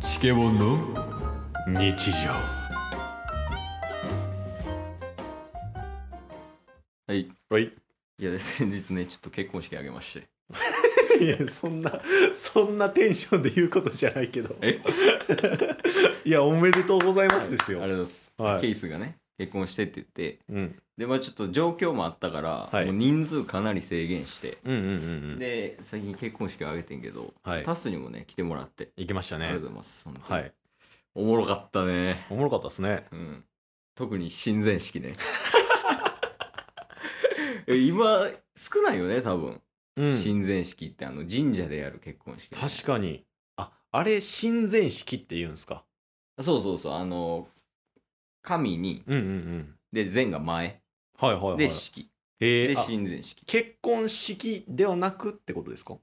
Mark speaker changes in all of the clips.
Speaker 1: シケボンの日常
Speaker 2: はい。
Speaker 1: はい
Speaker 2: いや、先日ね、ちょっと結婚式あげまして。
Speaker 3: いやそんなそんなテンションで言うことじゃないけど
Speaker 2: え
Speaker 3: いやおめでとうございますですよ、
Speaker 2: ありがとうございます。
Speaker 3: はい
Speaker 2: ケースがね、結婚してって言って、
Speaker 3: うん、
Speaker 2: で、まあちょっと状況もあったから、
Speaker 3: はい
Speaker 2: もう人数かなり制限して、
Speaker 3: うんうんうんうん
Speaker 2: で、最近結婚式をあげてんけど、
Speaker 3: はい
Speaker 2: タスにもね、来てもらって、
Speaker 3: 行きました
Speaker 2: ありが
Speaker 3: ね
Speaker 2: とうございます。本当
Speaker 3: は
Speaker 2: に
Speaker 3: い
Speaker 2: おもろかったね。
Speaker 3: おもろかったですね
Speaker 2: うん。特に親善式ね。 え今、少ないよね、多分。
Speaker 3: うん
Speaker 2: 親善式って、あの、神社でやる結婚式。
Speaker 3: 確かにああれ親善式って言うんですか
Speaker 2: そうそうそう、あの、神に、
Speaker 3: うんうんうん
Speaker 2: で、善が前、
Speaker 3: はいはいはい
Speaker 2: で、式、
Speaker 3: え
Speaker 2: で、
Speaker 3: ー、あ
Speaker 2: 親善式。
Speaker 3: 結婚式ではなくってことですか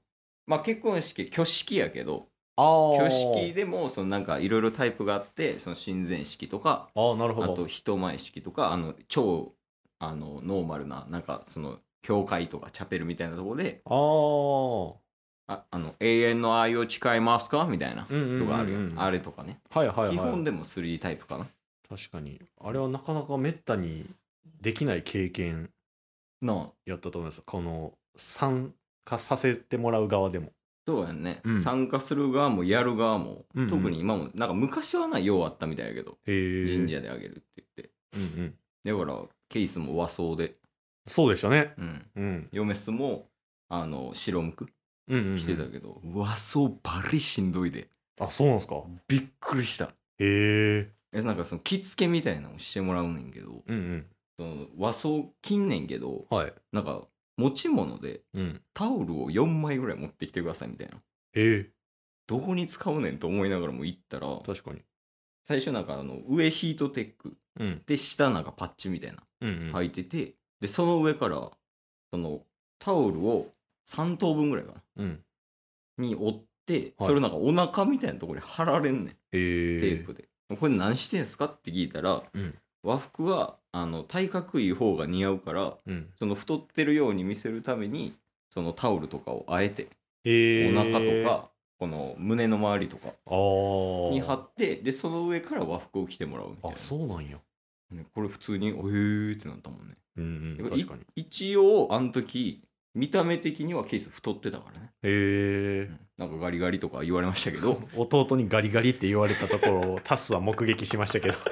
Speaker 2: まあ、結婚式、挙式やけど、
Speaker 3: ああ
Speaker 2: 挙式でも、そのなんか、いろいろタイプがあって、その親善式とか、
Speaker 3: ああなるほ
Speaker 2: あ
Speaker 3: ど
Speaker 2: と、人前式とか、あの、超、あの、ノーマルな、なんか、その、教会とかチャペルみたいなところで、
Speaker 3: あ
Speaker 2: ああの永遠の愛を誓いますかみたいな
Speaker 3: あ、うんうんうんうん
Speaker 2: とかあるよ、あれとかね、
Speaker 3: はいはいはい
Speaker 2: 基本でも3タイプかな
Speaker 3: 確かにあれはなかなかめったにできない経験
Speaker 2: の
Speaker 3: やったと思いますこの参加させてもらう側でも
Speaker 2: そうやんね、
Speaker 3: うん
Speaker 2: 参加する側もやる側も、
Speaker 3: うんうん
Speaker 2: 特に今もなんか昔はなようあったみたいやけど
Speaker 3: へえ
Speaker 2: 神社であげるって言っ
Speaker 3: うんうん
Speaker 2: てだからケースも和装で、
Speaker 3: そうでしたね
Speaker 2: うん、
Speaker 3: うん
Speaker 2: 嫁すもあの白むく
Speaker 3: うんうんうん
Speaker 2: してたけど、和装バリしんどいで
Speaker 3: あそうなんすか
Speaker 2: びっくりした
Speaker 3: へえ
Speaker 2: えなんかその着付けみたいなのをしてもらうねんけど
Speaker 3: うん
Speaker 2: その和装着んねんけど
Speaker 3: うんはい
Speaker 2: なんか持ち物で
Speaker 3: うん
Speaker 2: タオルを4枚ぐらい持ってきてくださいみたいな。
Speaker 3: へえ
Speaker 2: どこに使うねんと思いながらも行ったら、
Speaker 3: 確かに
Speaker 2: 最初なんかあの上ヒートテック
Speaker 3: うん
Speaker 2: で下なんかパッチみたいな
Speaker 3: うんうん
Speaker 2: 履いてて、で、その上からそのタオルを3等分ぐらいか
Speaker 3: うん
Speaker 2: なに折って、
Speaker 3: はい
Speaker 2: それをなんかお腹みたいなところに貼られんねん、
Speaker 3: へえ
Speaker 2: テープで。これ何してんすかって聞いたら、
Speaker 3: うん
Speaker 2: 和服はあの体格いい方が似合うから、
Speaker 3: うん
Speaker 2: その太ってるように見せるために、そのタオルとかをあえて
Speaker 3: へ
Speaker 2: お
Speaker 3: え
Speaker 2: 腹とか、この胸の周りとか
Speaker 3: あー
Speaker 2: に貼って、で、その上から和服を着てもらうみたい
Speaker 3: あ
Speaker 2: な。
Speaker 3: そうなんや
Speaker 2: ねこれ普通に、おへーってなったもんね。
Speaker 3: うんうん
Speaker 2: い
Speaker 3: 確かに
Speaker 2: 一応、あの時、見た目的にはケース太ってたからね。
Speaker 3: へえ
Speaker 2: うんなんかガリガリとか言われましたけど、
Speaker 3: 弟にガリガリって言われたところをタスは目撃しましたけど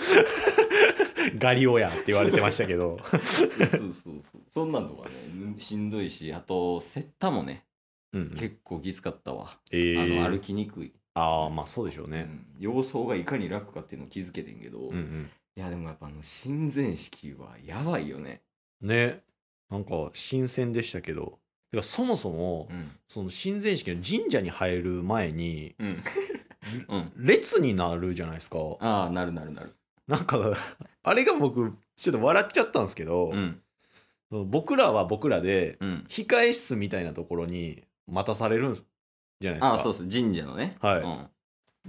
Speaker 3: ガリ親って言われてましたけど
Speaker 2: そうそうそう。そんなんとかね、しんどいし、あと、セッタもね、
Speaker 3: うんうん
Speaker 2: 結構きつかったわ。
Speaker 3: え
Speaker 2: あ
Speaker 3: ー
Speaker 2: の、歩きにくい。
Speaker 3: ああまあそうでしょう
Speaker 2: う
Speaker 3: ね、
Speaker 2: ん様相がいかに楽かっていうのを気づけてんけど、
Speaker 3: うん、うん
Speaker 2: いや、でもやっぱあの、親善式はやばいよね。
Speaker 3: ねなんか新鮮でしたけどてかそもそも、
Speaker 2: うん。
Speaker 3: その親善式の神社に入る前に
Speaker 2: うん。うん。
Speaker 3: 列になるじゃないですか
Speaker 2: ああ、なるなるなる。
Speaker 3: なんか あれが僕ちょっと笑っちゃったんですけど、
Speaker 2: うん。
Speaker 3: その僕らは僕らで
Speaker 2: うん。
Speaker 3: 控え室みたいなところに待たされるんじゃないです
Speaker 2: あ
Speaker 3: か
Speaker 2: あ、そうそう、神社のね。
Speaker 3: はい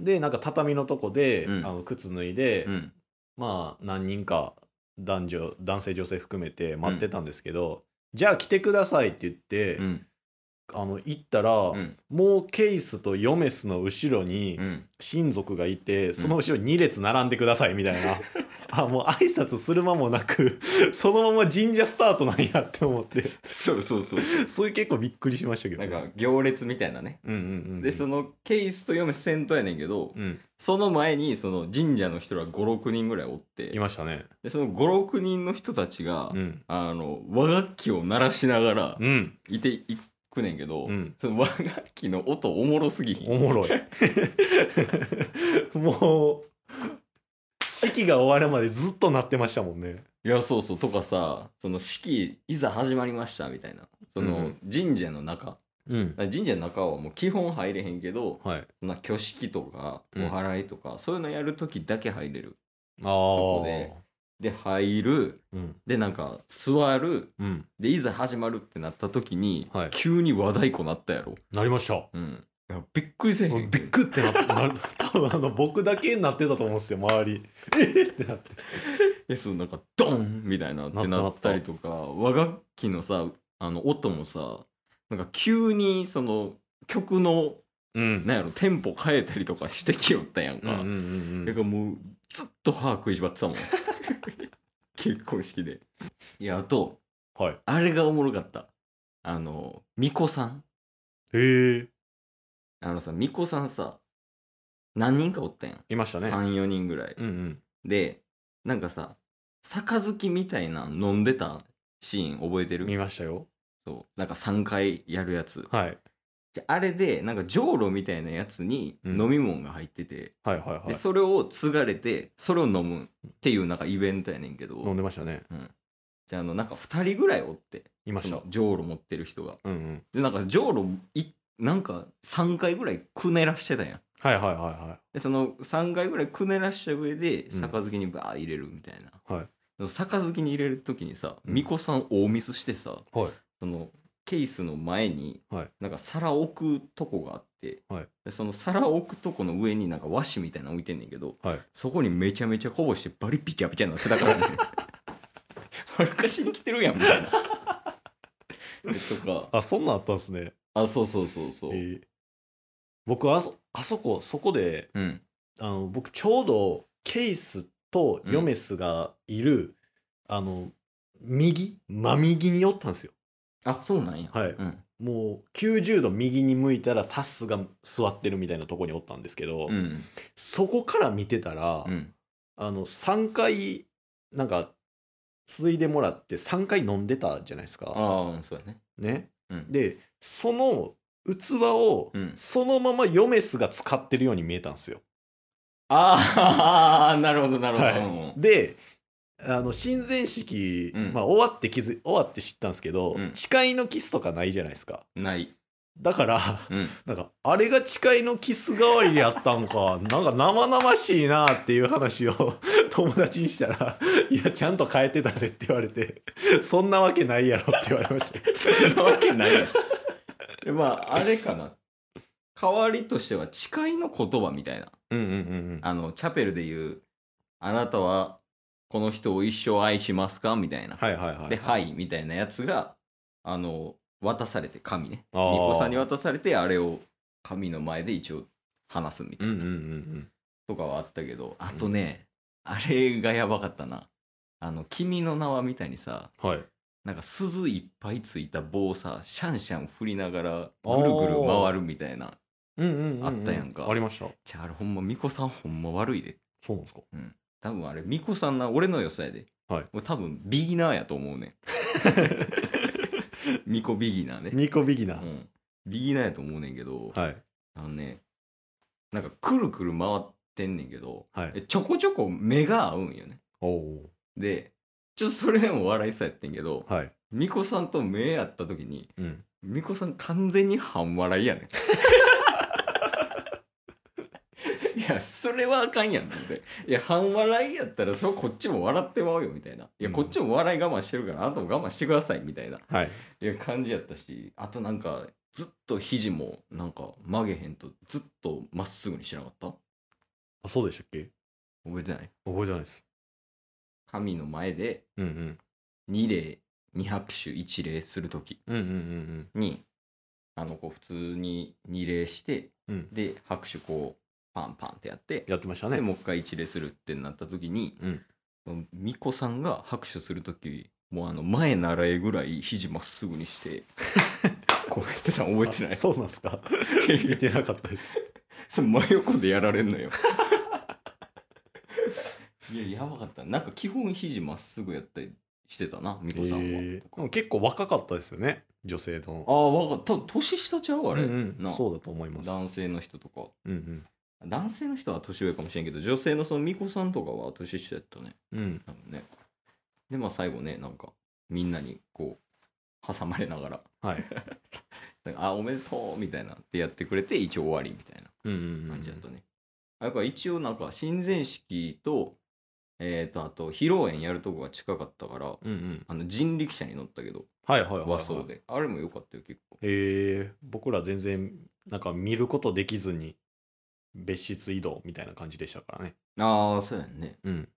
Speaker 2: うん。
Speaker 3: でなんか畳のとこで、
Speaker 2: うん
Speaker 3: あの靴脱いで、
Speaker 2: うん。
Speaker 3: まあ何人か男女男性女性含めて待ってたんですけど、じゃあ来てくださいって言って、
Speaker 2: うん。
Speaker 3: あの行ったら、
Speaker 2: うん。
Speaker 3: もうケイスとヨメスの後ろに
Speaker 2: うん。
Speaker 3: 親族がいて、その後ろに2列並んでくださいみたいな、 あもう挨拶する間もなくそのまま神社スタートなんやって思って
Speaker 2: そうそうそう。
Speaker 3: それ結構びっくりしましたけど
Speaker 2: な
Speaker 3: ね、
Speaker 2: んか、行列みたいなね。
Speaker 3: うんうんうんうん
Speaker 2: で、そのケースと読む先頭やねんけど、
Speaker 3: うん、
Speaker 2: その前に、その神社の人ら5、6人ぐらいおって
Speaker 3: い、ましたね
Speaker 2: で、その5、6人の人たちが
Speaker 3: う、ん
Speaker 2: あの、和楽器を鳴らしながら、
Speaker 3: うん
Speaker 2: いていくねんけど
Speaker 3: うん、
Speaker 2: その和楽器の音おもろすぎひん
Speaker 3: おもろい もう式が終わるまでずっと鳴ってましたもんね
Speaker 2: いやそうそうとかさその式いざ始まりましたみたいなそ
Speaker 3: うんう
Speaker 2: の神社の中、
Speaker 3: うん
Speaker 2: 神社の中はもう基本入れへんけど
Speaker 3: はい
Speaker 2: そんな挙式とかお
Speaker 3: うん
Speaker 2: 祓いとか、そういうのやるときだけ入れる
Speaker 3: ああ
Speaker 2: こでで入る
Speaker 3: うん
Speaker 2: でなんか座る
Speaker 3: うん
Speaker 2: でいざ始まるってなった時に、
Speaker 3: はい
Speaker 2: 急に和太鼓なったやろ、
Speaker 3: なりました
Speaker 2: うん、いやびっくりせえへん
Speaker 3: びっくってなってなる多分あの僕だけになってたと思うんですよ周りえっってなって
Speaker 2: えそうなんかドンみたいなってなったりとか和楽器のさあの音もさなんか急にその曲の
Speaker 3: うん
Speaker 2: なんやろテンポ変えたりとかしてきよったや
Speaker 3: う
Speaker 2: ん
Speaker 3: んうん
Speaker 2: か、
Speaker 3: うんう
Speaker 2: だ
Speaker 3: ん
Speaker 2: からもうずっと歯食いしばってたもん結婚式でいやあと
Speaker 3: はい
Speaker 2: あれがおもろかったあの巫女さん
Speaker 3: へえ
Speaker 2: あのさ巫女さんさ何人かおったやん、
Speaker 3: いましたね
Speaker 2: 34人ぐらい、
Speaker 3: うんうん
Speaker 2: でなんかさ杯みたいなの飲んでたシーン覚えてる
Speaker 3: 見ましたよ
Speaker 2: そうなんか3回やるやつ
Speaker 3: はい
Speaker 2: であれでなんかじょうろみたいなやつに
Speaker 3: うん
Speaker 2: 飲み物が入ってて、
Speaker 3: はいはいは
Speaker 2: で
Speaker 3: い
Speaker 2: それを継がれてそれを飲むっていうなんかイベントやねんけど、
Speaker 3: 飲んでましたね
Speaker 2: じゃああのなんか2人ぐらいおって
Speaker 3: いまし
Speaker 2: そ
Speaker 3: た
Speaker 2: のじょうろ持ってる人が
Speaker 3: うんうん
Speaker 2: でなんかじょうろいなんか3回ぐらいくねらしてたやん
Speaker 3: はいはいはいは
Speaker 2: でその3回ぐらいくねらした上で
Speaker 3: うん
Speaker 2: 杯にバー入れるみたいな、
Speaker 3: はい
Speaker 2: その杯に入れる時にさ
Speaker 3: うん
Speaker 2: 巫女さん大ミスしてさ、
Speaker 3: はい
Speaker 2: そのケースの前に、
Speaker 3: はい
Speaker 2: なんか皿置くとこがあって、
Speaker 3: はい
Speaker 2: でその皿置くとこの上になんか和紙みたいなの置いてんねんけど、
Speaker 3: はい
Speaker 2: そこにめちゃめちゃこぼしてバリピチャピチャになって たからね恥ずかしに来てるやんみたいな えとか
Speaker 3: あそんなんあったんですね
Speaker 2: あそうそうそうそう、
Speaker 3: へえ僕あそあそこそこで
Speaker 2: うん
Speaker 3: あの僕ちょうどケイスとヨメスがいる、あの右真右におったんですよ
Speaker 2: あそうなんや
Speaker 3: はい
Speaker 2: うん
Speaker 3: もう90度右に向いたらタスが座ってるみたいなとこにおったんですけど、
Speaker 2: うん
Speaker 3: そこから見てたら、
Speaker 2: うん
Speaker 3: あの3回なんか継いでもらって3回飲んでたじゃないですか。
Speaker 2: ああそうやね
Speaker 3: ね、
Speaker 2: うん
Speaker 3: でその器を
Speaker 2: うん
Speaker 3: そのままヨメスが使ってるように見えたんですよ。
Speaker 2: ああ なるほどなるほど、
Speaker 3: はい、であの親善式、
Speaker 2: うん
Speaker 3: まあ、終わって気づ終わって知ったんですけど、
Speaker 2: うん
Speaker 3: 誓いのキスとかないじゃないですか
Speaker 2: うんない、
Speaker 3: だから
Speaker 2: うん、
Speaker 3: なんかあれが誓いのキス代わりでやったんか なんか生々しいなっていう話を 友達にしたら「いやちゃんと変えてたね」って言われて「そんなわけないやろ」って言われ ました
Speaker 2: そんなわけないやんまああれかな代わりとしては誓いの言葉みたいな
Speaker 3: うんうんうん
Speaker 2: あのチャペルで言う「あなたはこの人を一生愛しますか?」みたいな「
Speaker 3: はいはいはい
Speaker 2: ではい」みたいなやつがあの渡されて紙ね
Speaker 3: あー
Speaker 2: ニコさんに渡されてあれを紙の前で一応話すみた
Speaker 3: う
Speaker 2: い
Speaker 3: ん
Speaker 2: な、
Speaker 3: うんうんうん
Speaker 2: とかはあったけどあとね、あれがやばかったなあの「君の名は」みたいにさ
Speaker 3: はい
Speaker 2: なんか鈴いっぱいついた棒をさシャンシャン振りながらぐるぐる回るみたいな
Speaker 3: うんうん
Speaker 2: あったやんか
Speaker 3: ありました
Speaker 2: じゃああれほんま巫女さんほんま悪いで
Speaker 3: そうなんですか
Speaker 2: 多分あれ巫女さんな俺の予想やで、
Speaker 3: はい
Speaker 2: もう多分ビギナーやと思うねん 巫女ビギナーね、
Speaker 3: ニコビギナ
Speaker 2: う
Speaker 3: ー、
Speaker 2: ん、ビギナーやと思うねんけど、
Speaker 3: はい
Speaker 2: あのねなんかくるくる回ってんねんけど
Speaker 3: はい
Speaker 2: ちょこちょこ目が合うんよね
Speaker 3: おお
Speaker 2: でちょっとそれでも笑いそうやってんけど
Speaker 3: はい
Speaker 2: 巫女さんと目合った時に
Speaker 3: うん
Speaker 2: 巫女さん完全に半笑いやねん いやそれはあかんやんっていや半笑いやったらそれこっちも笑ってまうよみたいないやこっちも笑い我慢してるからあなたも我慢してくださいみたいな
Speaker 3: はい
Speaker 2: いや感じやったしあとなんかずっと肘もなんか曲げへんとずっとまっすぐにしなかった
Speaker 3: あそうでしたっけ
Speaker 2: 覚えてない
Speaker 3: 覚えてないです
Speaker 2: 神の前で
Speaker 3: うんうん
Speaker 2: 2礼2拍手1礼する時
Speaker 3: うんうんうん
Speaker 2: にあのこう普通に2礼して
Speaker 3: うんうん
Speaker 2: で拍手こうパンパンってやって
Speaker 3: やってました
Speaker 2: で
Speaker 3: ね
Speaker 2: もう一回一礼するってなった時に、
Speaker 3: うん
Speaker 2: 巫女さんが拍手する時もうあの前習えぐらい肘まっすぐにして こうやってたの覚えてな
Speaker 3: あ
Speaker 2: い
Speaker 3: そうなんですか見てなかったです
Speaker 2: それ真横でやられんのよ いややばかったなんか基本肘まっすぐやったりしてたな巫女さん は、
Speaker 3: えーでも結構若かったですよね女性
Speaker 2: あ
Speaker 3: の
Speaker 2: あわかった多分年下ちゃうあれ、
Speaker 3: うんうん
Speaker 2: な
Speaker 3: そうだと思います、
Speaker 2: 男性の人とか
Speaker 3: うん
Speaker 2: 男性の人は年上かもしれんけど女性のその巫女さんとかは年下やったね
Speaker 3: うんうん、
Speaker 2: 多分ねでまあ最後ねなんかみんなにこう挟まれながら
Speaker 3: はい、
Speaker 2: 「 なんかあおめでとう」みたいなってやってくれて一応終わりみたいな
Speaker 3: うんうんうん
Speaker 2: 感じだったね、あだから一応なんか親善式とえっ、とあと披露宴やるとこが近かったから
Speaker 3: うんうん、
Speaker 2: あの人力車に乗ったけど
Speaker 3: はいはいはい、はい、
Speaker 2: 和装であれも良かったよ結構
Speaker 3: えー、僕ら全然なんか見ることできずに別室移動みたいな感じでしたからね
Speaker 2: ああそうやんね
Speaker 3: うん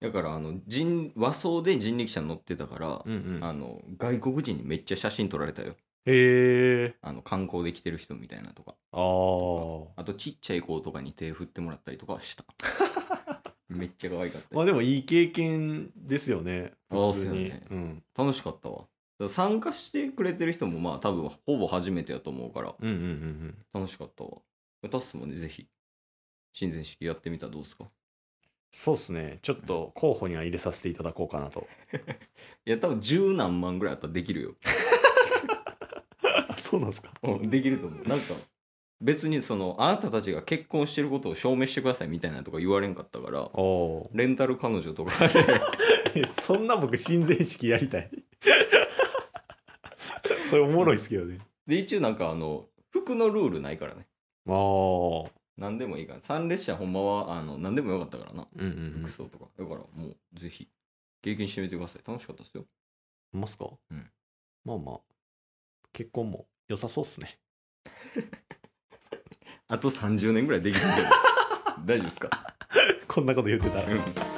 Speaker 2: だからあの人和装で人力車乗ってたから、
Speaker 3: うんうん
Speaker 2: あの外国人にめっちゃ写真撮られたよ
Speaker 3: へえ
Speaker 2: あの観光で来てる人みたいなとか
Speaker 3: あー
Speaker 2: あとちっちゃい子とかに手振ってもらったりとか はしためっちゃ可愛かった
Speaker 3: まあでもいい経験ですよね
Speaker 2: あー
Speaker 3: 普通に
Speaker 2: そうです
Speaker 3: うん
Speaker 2: 楽しかったわだから参加してくれてる人もまあ多分ほぼ初めてやと思うから
Speaker 3: うんうんうん
Speaker 2: 楽しかったわタッスもねぜひ親善式やってみたらどうですか
Speaker 3: そうっすねちょっと候補には入れさせていただこうかなと
Speaker 2: いや多分十何万ぐらいあったらできるよ
Speaker 3: あそうなんですか
Speaker 2: うんできると思うなんか別にそのあなたたちが結婚してることを証明してくださいみたいなとか言われんかったから
Speaker 3: おお
Speaker 2: レンタル彼女とかで
Speaker 3: ー そんな僕親善式やりたい それおもろいっすけどね
Speaker 2: で一応なんかあの服のルールないからね
Speaker 3: ああ
Speaker 2: 何でもいいから参列者ほんまはあの何でもよかったからな
Speaker 3: うんうん
Speaker 2: 服装とか、だからもうぜひ経験してみてください楽しかったですよ
Speaker 3: いますか
Speaker 2: うん
Speaker 3: まあまあ結婚も良さそうっすね
Speaker 2: あと30年ぐらいできるけど大丈夫ですか
Speaker 3: こんなこと言ってたら
Speaker 2: うん